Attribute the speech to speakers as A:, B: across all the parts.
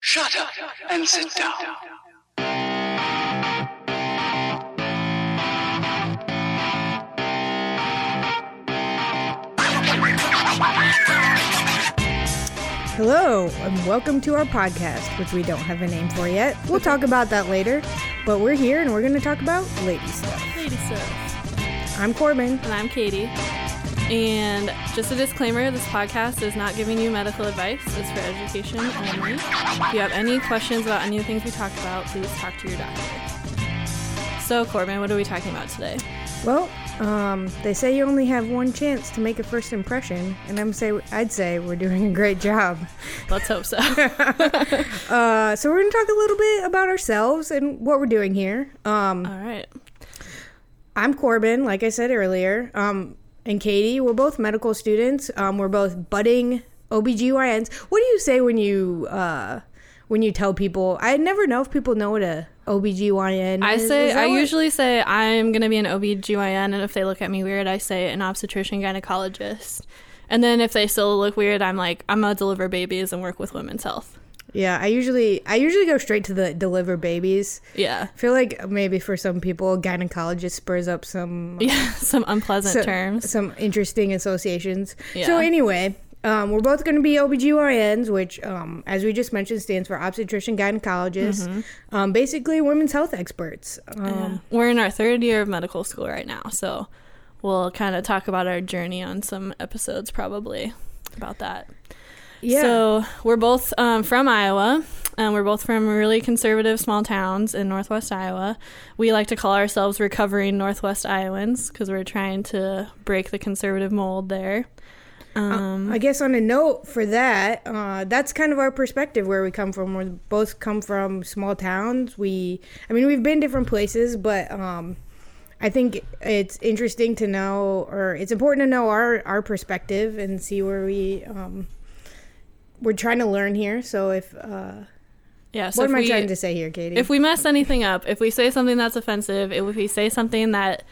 A: Shut up and sit down.
B: Hello, and welcome to our podcast, which we don't have a name for yet. We'll talk about that later, but we're here and we're going to talk about lady stuff.
C: Lady Stuff.
B: I'm Corbin.
C: And I'm Katie. And just a disclaimer this podcast is not giving you medical advice, it's for education only. If you have any questions about any of the things we talked about, please talk to your doctor. So, Corbin, what are we talking about today?
B: Well, um, they say you only have one chance to make a first impression, and I'm say I'd say we're doing a great job.
C: Let's hope so.
B: Uh, so we're going to talk a little bit about ourselves and what we're doing here. Um,
C: All right.
B: I'm Corbin, like I said earlier, um, and Katie. We're both medical students. Um, we're both budding OBGYNs. What do you say when you uh, when you tell people? I never know if people know what a OBGYN
C: I
B: is.
C: say,
B: Is that
C: I
B: what-
C: usually say I'm going to be an OBGYN, and if they look at me weird, I say an obstetrician gynecologist. And then if they still look weird, I'm like, I'm going to deliver babies and work with women's health.
B: Yeah, I usually I usually go straight to the deliver babies.
C: Yeah.
B: I feel like maybe for some people, gynecologist spurs up some
C: Yeah, some unpleasant
B: so-
C: terms.
B: some interesting associations. So
C: Yeah.
B: anyway, um, we're both going to be OBGYNs, which, um, as we just mentioned, stands for obstetrician gynecologist.
C: Mm-hmm.
B: Um, basically, women's health experts. Um,
C: We're in our third year of medical school right now, so we'll kind of talk about our journey on some episodes probably about that.
B: yeah.
C: So we're both um, from Iowa, and we're both from really conservative small towns in Northwest Iowa. We like to call ourselves recovering Northwest Iowans because we're trying to break the conservative mold there.
B: Uh,
C: Um,
B: I guess on a note for that, uh, that's kind of our perspective where we come from. We both come from small towns. We, I mean, we've been different places, but um, I think it's interesting to know, or it's important to know our our perspective and see where we um, we're trying to learn here. So if uh,
C: Yeah. So
B: what
C: if
B: am I
C: we-
B: trying to say here, Katie?
C: if we mess anything up, if we say something that's offensive, if we say something that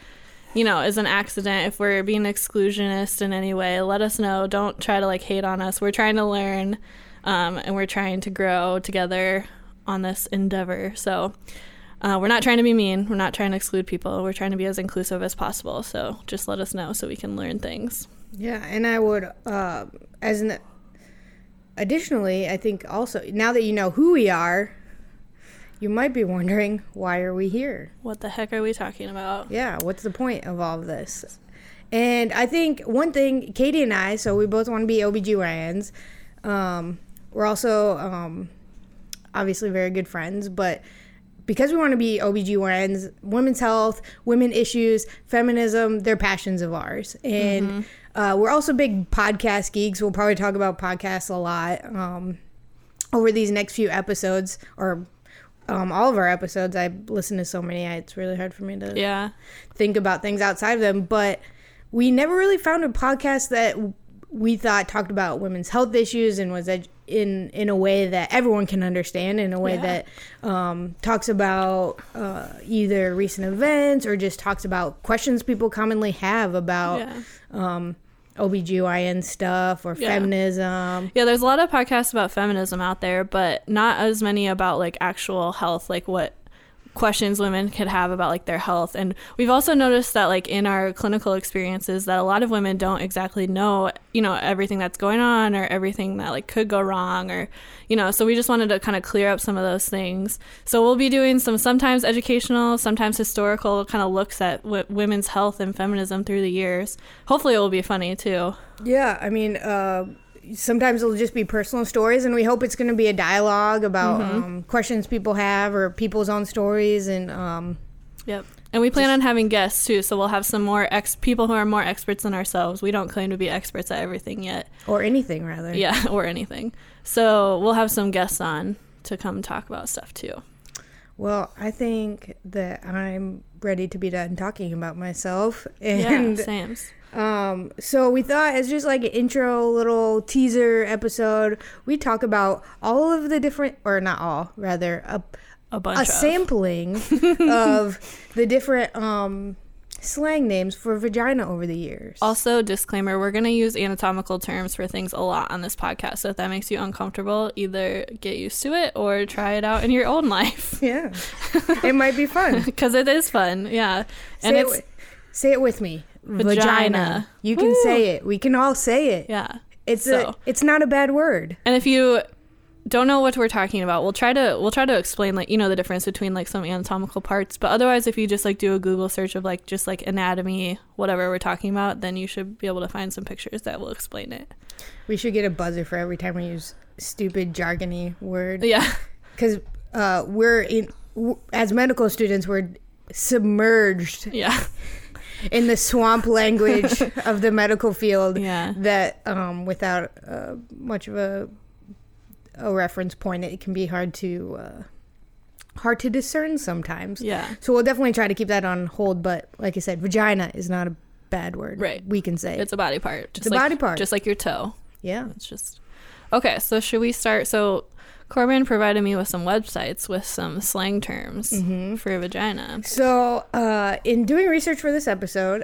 C: you know is an accident, if we're being exclusionist in any way, let us know. Don't try to like hate on us. We're trying to learn, um, and we're trying to grow together on this endeavor. So. Uh, we're not trying to be mean. We're not trying to exclude people. We're trying to be as inclusive as possible. So just let us know so we can learn things.
B: Yeah, and I would, uh, as an additionally, I think also now that you know who we are, you might be wondering why are we here?
C: What the heck are we talking about?
B: Yeah, what's the point of all of this? And I think one thing, Katie and I, so we both want to be OBGYNs. Um, we're also um, obviously very good friends, but because we want to be OBGYNs, women's health, women issues, feminism, they're passions of ours. And uh, we're also big podcast geeks. We'll probably talk about podcasts a lot um, over these next few episodes or um, all of our episodes. I listen to so many, I- it's really hard for me to
C: Yeah.
B: think about things outside of them, but we never really found a podcast that w- we thought talked about women's health issues and was edu- in in a way that everyone can understand, in a way
C: Yeah.
B: that um, talks about uh, either recent events or just talks about questions people commonly have about
C: Yeah.
B: um, OBGYN stuff or
C: Yeah.
B: feminism.
C: Yeah, there's a lot of podcasts about feminism out there, but not as many about like actual health, like what questions women could have about like their health. And we've also noticed that like in our clinical experiences that a lot of women don't exactly know, you know, everything that's going on or everything that like could go wrong or you know, so we just wanted to kind of clear up some of those things. So we'll be doing some sometimes educational, sometimes historical kind of looks at w- women's health and feminism through the years. Hopefully it will be funny too.
B: Yeah, I mean, uh, sometimes it'll just be personal stories, and we hope it's going to be a dialogue about um, questions people have or people's own stories. And um,
C: Yep. And we plan on having guests too, so we'll have some more ex people who are more experts than ourselves. We don't claim to be experts at everything yet.
B: or anything rather.
C: Yeah, or anything. So we'll have some guests on to come talk about stuff too.
B: Well, I think that I'm ready to be done talking about myself.
C: Yeah,
B: And
C: Sam's.
B: um, so we thought as just like an intro little teaser episode, we talk about all of the different, or not all, rather, a,
C: A bunch
B: a
C: of
B: sampling of the different um, slang names for vagina over the years.
C: Also, disclaimer we're going to use anatomical terms for things a lot on this podcast. So if that makes you uncomfortable, either get used to it or try it out in your own life
B: yeah, it might be fun.
C: because it is fun. Yeah.
B: Say it, wi- say it with me. Vagina.
C: Vagina.
B: You can
C: Woo.
B: say it. We can all say it.
C: yeah.
B: It's a,
C: so-
B: it's not a bad word.
C: And if you don't know what we're talking about, we'll try to we'll try to explain like you know the difference between like some anatomical parts. But otherwise, if you just like do a Google search of like just like anatomy, whatever we're talking about, then you should be able to find some pictures that will explain it.
B: We should get a buzzer for every time we use stupid jargony word
C: Yeah,
B: because uh, we're in w- as medical students we're submerged
C: yeah,
B: in the swamp language of the medical field
C: Yeah.
B: that um, without uh, much of a a reference point it can be hard to uh, hard to discern sometimes
C: yeah.
B: so we'll definitely try to keep that on hold but like i said vagina is not a bad word
C: Right.
B: we can say it.
C: It's a body part. Just
B: a
C: like,
B: body part.
C: just like your toe.
B: yeah
C: It's just okay. So should we start? So Corbin provided me with some websites with some slang terms
B: Mm-hmm.
C: for vagina.
B: So, uh, in doing research for this episode,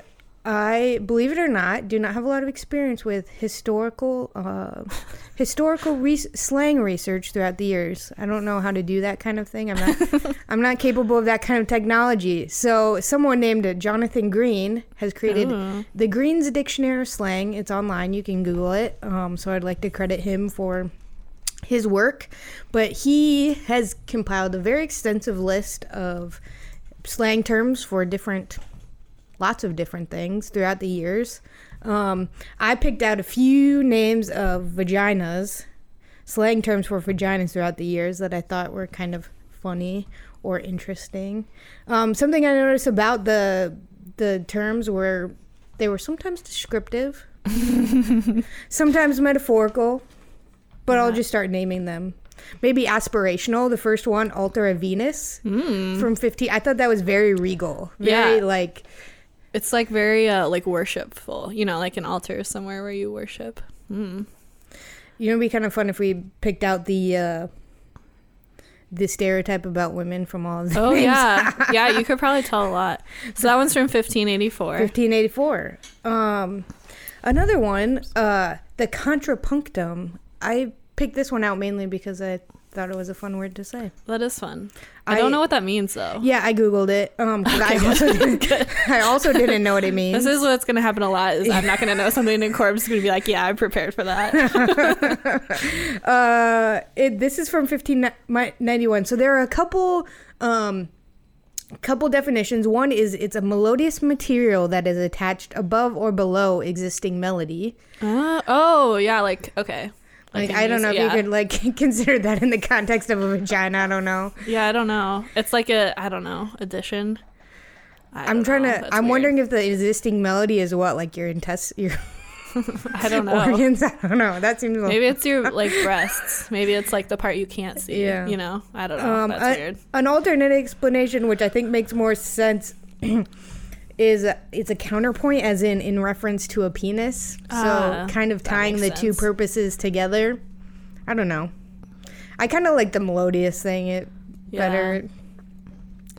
B: I believe it or not, do not have a lot of experience with historical uh, historical re- slang research throughout the years. I don't know how to do that kind of thing. I'm not I'm not capable of that kind of technology. So, someone named Jonathan Green has created the Green's Dictionary of Slang. It's online. You can Google it. Um, so, I'd like to credit him for his work, but he has compiled a very extensive list of slang terms for different, lots of different things throughout the years. Um, I picked out a few names of vaginas, slang terms for vaginas throughout the years that I thought were kind of funny or interesting. Um, something I noticed about the the terms were they were sometimes descriptive, sometimes metaphorical. But I'll just start naming them. Maybe aspirational. The first one, Altar of Venus from 15. I thought that was very regal. Very
C: Yeah.
B: like,
C: It's like very uh, like worshipful. You know, like an altar somewhere where you worship.
B: you know, it'd be kind of fun if we picked out the uh, the stereotype about women from all of the
C: Oh
B: names.
C: yeah, yeah. You could probably tell a lot. So that one's from 1584.
B: 1584. Um, another one, uh, the contrapunctum. I picked this one out mainly because I thought it was a fun word to say.
C: That is fun. I, don't
B: I-
C: know what that means though.
B: Yeah, I googled it. Um, 'cause I, also didn't, I also didn't know what it means.
C: This is what's gonna happen a lot. Is I'm not gonna know something, and Corb's gonna be like, "Yeah, I'm prepared for that."
B: uh, it, this is from 1591. So there are a couple um, couple definitions. One is it's a melodious material that is attached above or below existing melody.
C: Uh, oh yeah, like okay.
B: Like
C: in
B: I don't know
C: music-
B: if
C: yeah.
B: you could like consider that in the context of a vagina. I don't know.
C: Yeah, I don't know. It's like a I don't know addition. I
B: I'm
C: don't
B: trying
C: know.
B: to.
C: That's
B: I'm
C: weird.
B: wondering if the existing melody is what like your intest your
C: I don't know.
B: organs. I don't know. That seems a little-
C: Maybe it's your like breasts. Maybe it's like the part you can't see.
B: Yeah.
C: You know. I don't know.
B: Um,
C: Oh, That's
B: a-
C: weird.
B: An alternate explanation, which I think makes more sense, is a, it's a counterpoint, as in in reference to a penis. So
C: Ah,
B: kind of
C: that
B: tying the
C: makes
B: two
C: sense.
B: purposes together. I don't know. I kind of like the melodious thing it
C: Yeah.
B: better.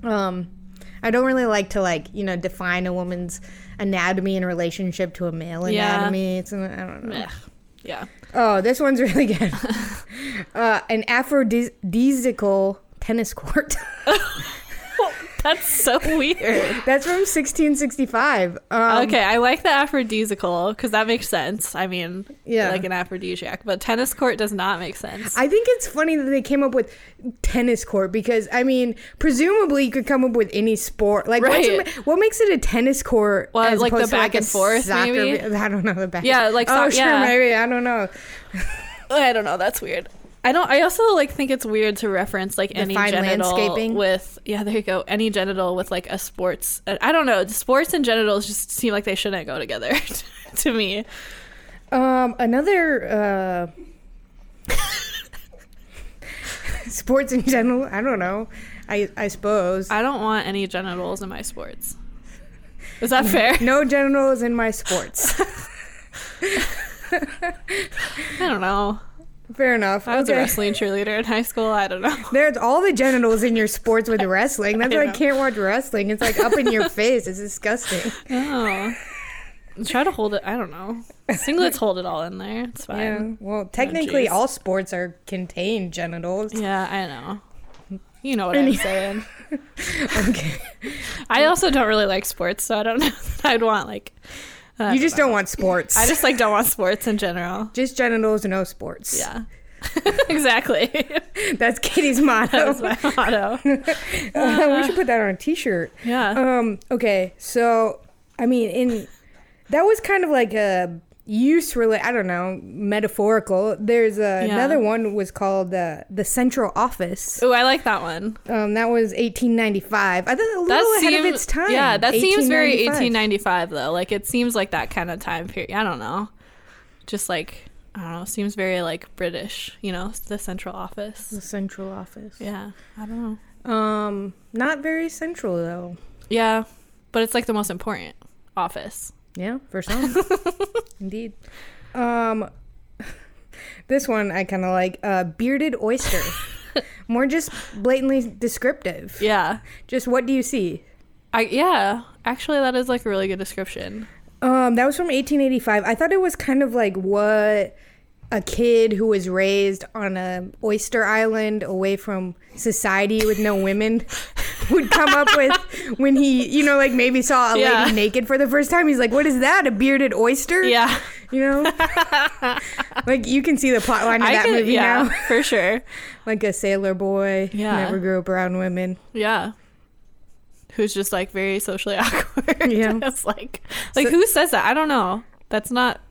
B: Um, I don't really like to like you know define a woman's anatomy in relationship to a male
C: Yeah.
B: anatomy. It's uh, I don't know.
C: Ugh. Yeah.
B: Oh, this one's really good. uh, an aphrodisiacal tennis court.
C: That's so weird.
B: That's from 1665. Um,
C: Okay, I like the aphrodisiacal because that makes sense. I mean,
B: Yeah.
C: like an aphrodisiac, but tennis court does not make sense.
B: I think it's funny that they came up with tennis court because, I mean, presumably you could come up with any sport. Like, what's a-
C: Right.
B: what makes it a tennis court?
C: Well, like the
B: opposed to,
C: back
B: a
C: and forth,
B: soccer
C: maybe?
B: vi- I don't know the back.
C: Yeah, like
B: oh,
C: soc-
B: sure,
C: yeah.
B: maybe I don't know.
C: I don't know. That's weird. I don't. I also like think it's weird to reference like any
B: fine
C: genital
B: landscaping?
C: with yeah. There you go. Any genital with like a sports. uh, I don't know. Sports and genitals just seem like they shouldn't go together to me.
B: Um, another uh, sports in general. I don't know. I I suppose
C: I don't want any genitals in my sports. Is that fair?
B: no genitals in my sports.
C: I don't know.
B: Fair enough.
C: I was a
B: Okay.
C: wrestling cheerleader in high school. I don't know.
B: There's all the genitals in your sports with wrestling. That's
C: I
B: why I
C: know.
B: can't watch wrestling. It's like up in your face. It's disgusting.
C: Oh. Try to hold it. I don't know. Singlets hold it all in there. It's
B: Yeah.
C: fine.
B: Well, technically,
C: jeez.
B: all sports are contained genitals.
C: Yeah, I know. You know what I'm saying.
B: Okay.
C: I also don't really like sports, so I don't know. that I'd want like. I
B: You just don't want sports.
C: I just like don't want sports in general.
B: just genitals, no sports.
C: Yeah. exactly.
B: That's Katie's motto.
C: That was my motto.
B: we should put that on a T-shirt.
C: Yeah.
B: Um. Okay. So, I mean, in that was kind of like a use really. I don't know, metaphorical. There's a,
C: Yeah.
B: another one was called uh, the Central Office.
C: Ooh, I like that one.
B: Um, that was 1895. I thought a little
C: That
B: ahead
C: seems
B: of its time.
C: Yeah, that seems very
B: 1895.
C: 1895 though. Like it seems like that kind of time period. I don't know. Just like I don't know. Seems very like British. You know, the central office.
B: The Central Office.
C: Yeah, I don't know.
B: Um, not very central though.
C: Yeah, but it's like the most important office.
B: Yeah, for some. Indeed. Um this one I kind of like uh bearded oyster. More just blatantly descriptive.
C: Yeah.
B: Just what do you see?
C: I yeah. Actually, that is like a really good description.
B: Um that was from 1885. I thought it was kind of like what a kid who was raised on a oyster island away from society with no women would come up with when he, you know, like maybe saw a
C: Yeah.
B: lady naked for the first time. He's like, "What is that? A bearded oyster?"
C: Yeah.
B: you know like you can see the plot line of
C: I
B: that
C: could-
B: movie
C: yeah,
B: now
C: for sure.
B: like a sailor boy
C: Yeah.
B: never grew up around women
C: Yeah. Who's just like very socially awkward.
B: Yeah.
C: it's like like who says that? I don't know. That's not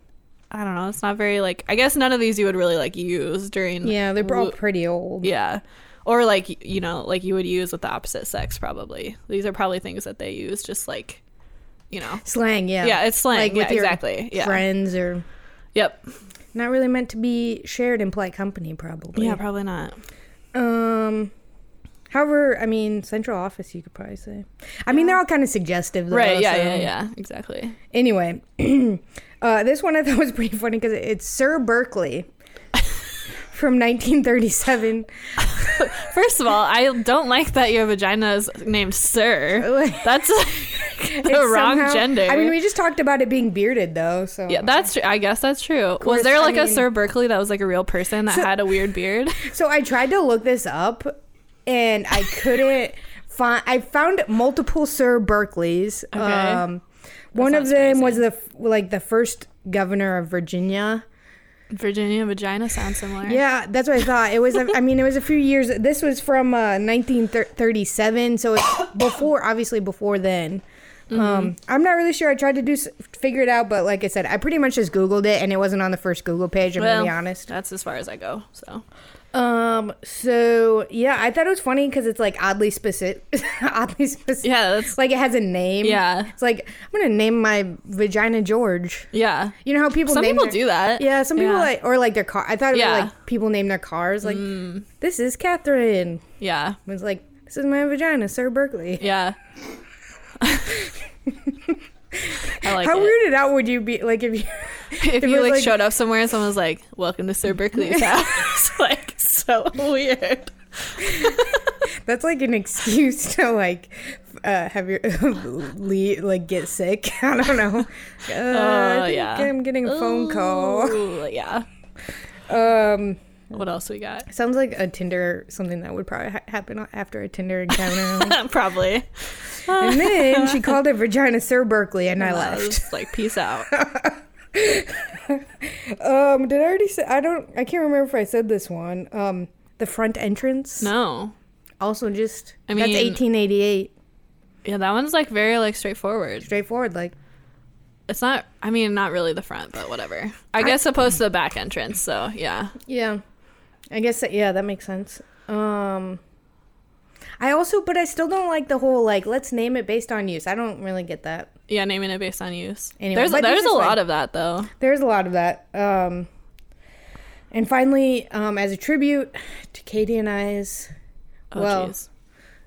C: I don't know. It's not very like I guess none of these you would really like use during
B: yeah they're all
C: wo-
B: pretty old
C: Yeah. Or like y- you know, like you would use with the opposite sex probably. These are probably things that they use just like you know.
B: slang yeah
C: Yeah, it's slang.
B: like with
C: yeah,
B: your
C: exactly. Yeah.
B: friends or
C: Yep.
B: not really meant to be shared in polite company probably
C: Yeah, probably not.
B: um however i mean central office you could probably say i mean they're all kind of suggestive though,
C: Right, yeah,
B: so-
C: yeah, yeah. Exactly.
B: anyway uh this one i thought was pretty funny because it's sir berkeley from 1937
C: First of all, I don't like that your vagina is named Sir. That's the
B: It's
C: wrong
B: somehow-
C: gender.
B: I mean, we just talked about it being bearded, though. So
C: Yeah, that's true. I guess that's true.
B: course,
C: was there
B: I
C: like a
B: mean-
C: Sir Berkeley that was like a real person that had a weird beard?
B: So I tried to look this up, and I couldn't find. I found multiple Sir Berkeleys. Um, one of
C: sounds
B: them
C: crazy.
B: was the f- like the first governor of Virginia.
C: Virginia vagina sounds similar.
B: Yeah, that's what I thought. It was. a- I mean, it was a few years. This was from uh, 1937, so it's before, obviously, before then.
C: Mm-hmm.
B: Um, I'm not really sure. I tried to do s- figure it out, but like I said, I pretty much just Googled it, and it wasn't on the first Google page. I'm
C: Well,
B: gonna be honest.
C: That's as far as I go. So
B: Um. So yeah, I thought it was funny because it's like oddly specific. oddly specific.
C: Yeah, that's-
B: like it has a name.
C: Yeah.
B: It's like I'm gonna name my vagina George.
C: yeah,
B: You know how people
C: some
B: name
C: people
B: their-
C: do that.
B: Yeah, some people like or like their car. I thought it
C: Yeah.
B: was
C: Mm.
B: like people name their cars like this is Catherine.
C: yeah,
B: It's like this is my vagina, Sir Berkeley.
C: yeah. I like
B: how
C: it.
B: weirded out would you be like if you it
C: if you
B: was,
C: like,
B: like-
C: showed up somewhere and someone was like, "Welcome to Sir Berkeley's house," like so weird.
B: That's like an excuse to like uh, have your le like get sick. I don't know. Uh, I
C: Oh,
B: think
C: yeah.
B: I'm getting a phone call.
C: Ooh, Yeah.
B: Um,
C: What else we got?
B: sounds like a Tinder something that would probably ha- happen after a Tinder encounter.
C: Probably.
B: and then she called her vagina Sir Berkeley, and I
C: I was
B: left.
C: just like, peace out.
B: Um, did I already say? I don't. I can't remember if I said this one. Um, the front entrance.
C: No.
B: Also, just
C: I
B: that's
C: mean-
B: 1888.
C: Yeah, that one's like very like straightforward.
B: Straightforward, like
C: It's not. I mean, not really the front, but whatever. I guess opposed to the back entrance. So yeah,
B: Yeah. I guess that, yeah, that makes sense. Um I also but I still don't like the whole like let's name it based on use. I don't really get that.
C: yeah. Naming it based on use.
B: Anyway,
C: there's
B: but this
C: there's a
B: is
C: lot
B: fine.
C: of that though.
B: There's a lot of that. Um and finally, um as a tribute to Katie and I's
C: Oh
B: Well,
C: jeez,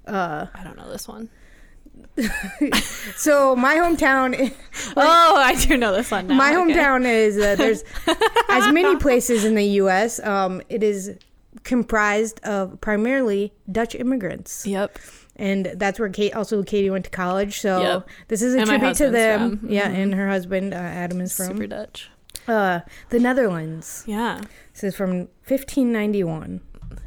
B: uh
C: I don't know this one.
B: so my hometown,
C: oh, I do know this one now.
B: my
C: Oh, Okay.
B: hometown is uh, there's as many places in the U.S. Um, it is comprised of primarily Dutch immigrants,
C: Yep.
B: and that's where Kate also Katie went to college. So
C: Yep.
B: this is a
C: And my
B: tribute to
C: husband's
B: them.
C: from. Mm-hmm.
B: Yeah, and her husband uh, Adam is
C: Super
B: from
C: Dutch.
B: uh, the Netherlands.
C: Yeah.
B: This is from 1591.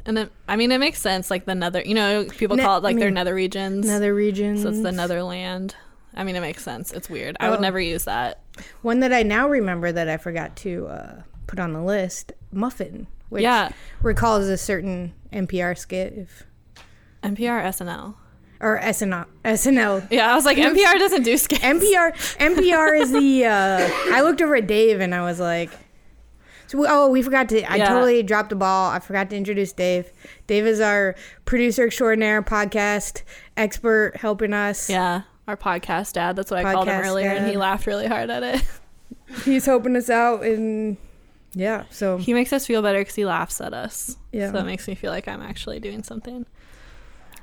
C: And then, I mean, it makes sense. Like the nether, you know, people
B: Ne-
C: call it like their
B: me-
C: nether regions.
B: Another region.
C: So it's the netherland. I mean, it makes sense. It's weird. I would
B: Oh.
C: never use that.
B: One that I now remember that I forgot to uh, put on the list, muffin, which
C: Yeah.
B: recalls a certain NPR skit if,
C: NPR, SNL.
B: or SNL. SNL.
C: Yeah, I was like, NPR doesn't do skits.
B: NPR. NPR is the. Uh, I looked over at Dave and I was like, "So we, oh, we forgot to. I
C: Yeah.
B: totally dropped the ball. I forgot to introduce Dave. Dave is our producer extraordinaire, podcast expert, helping us.
C: yeah, our podcast dad. That's what I called him
B: Podcast
C: earlier, and he
B: dad.
C: laughed really hard at it.
B: He's helping us out and yeah. So
C: He makes us feel better because he laughs at us.
B: Yeah.
C: So that makes me feel like I'm actually doing something.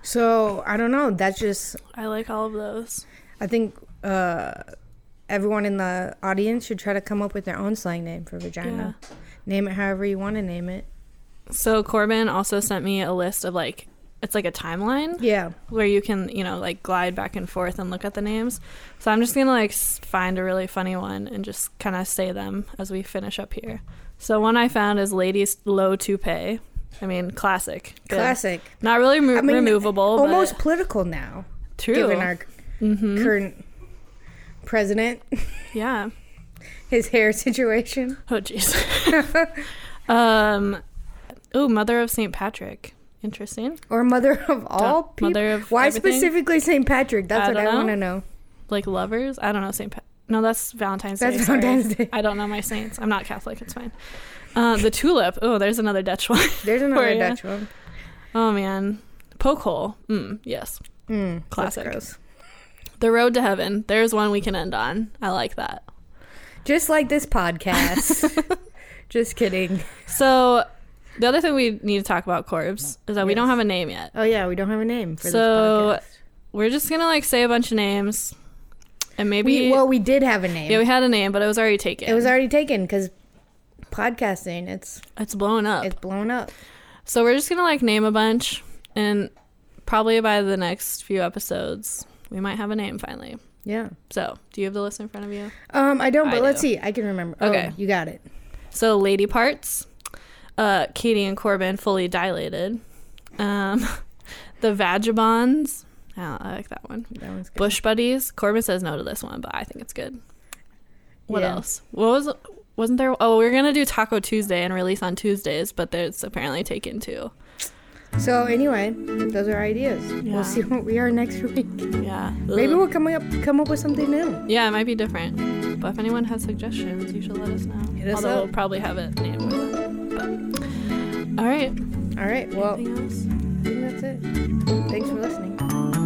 B: so I don't know. That's just
C: I like all of those.
B: I think uh, everyone in the audience should try to come up with their own slang name for vagina. Name it however you want to name it.
C: So Corbin also sent me a list of like, it's like a timeline.
B: Yeah.
C: where you can you know like glide back and forth and look at the names so i'm just gonna like s- find a really funny one and just kind of say them as we finish up here so one i found is ladies low toupee i mean classic Good.
B: Classic.
C: not really mo-
B: I mean,
C: removable
B: Almost
C: almost
B: political now,
C: true Mm-hmm.
B: given our current president,
C: yeah
B: his hair situation.
C: oh jeez um oh mother of saint patrick interesting
B: Or mother of all people.
C: mother of
B: Why
C: everything?
B: specifically St. Patrick? That's
C: I
B: what I
C: don't
B: want to know.
C: like lovers i don't know saint pa- no that's valentine's
B: That's
C: day sorry.
B: Valentine's Day.
C: i don't know my saints i'm not catholic it's fine uh, the tulip oh there's another dutch one
B: There's another
C: Or, yeah.
B: Dutch one.
C: Oh man, poke hole. Mm, yes,
B: Mm, that's
C: Classic.
B: gross.
C: the road to heaven. There's one we can end on. I like that.
B: Just like this podcast. Just kidding.
C: So, the other thing we need to talk about, Corbs, is that we don't have a name yet.
B: Oh, yeah, we don't have a name for
C: So,
B: this podcast.
C: We're just gonna like say a bunch of names, and maybe
B: We, well, we did have a name.
C: yeah, we had a name, but it was already taken.
B: It was already taken because podcasting, it's
C: it's blown up.
B: it's blown up.
C: so we're just gonna like name a bunch, and probably by the next few episodes, we might have a name finally.
B: Yeah.
C: So, do you have the list in front of you?
B: Um, I don't,
C: I
B: but let's
C: do.
B: see. I can remember.
C: Okay.
B: Oh, you got it.
C: So lady parts, uh, Katie and Corbin fully dilated. Um, the vagabonds. I, don't- I like that one.
B: That one's good.
C: Bush buddies. Corbin says no to this one, but I think it's good. What
B: Yeah.
C: else? What was? Wasn't there? Oh, we are gonna do Taco Tuesday and release on Tuesdays, but it's apparently taken too.
B: So anyway, those are ideas.
C: Yeah.
B: We'll see what we are next week.
C: Yeah.
B: Maybe
C: Ugh.
B: we'll come up come up with something new.
C: Yeah, it might be different. But if anyone has suggestions, you should let us know.
B: Hit us
C: Although
B: up.
C: we'll probably have it named for them. But all right.
B: All right. Well, I
C: Anything else?
B: think that's it. Thanks for listening.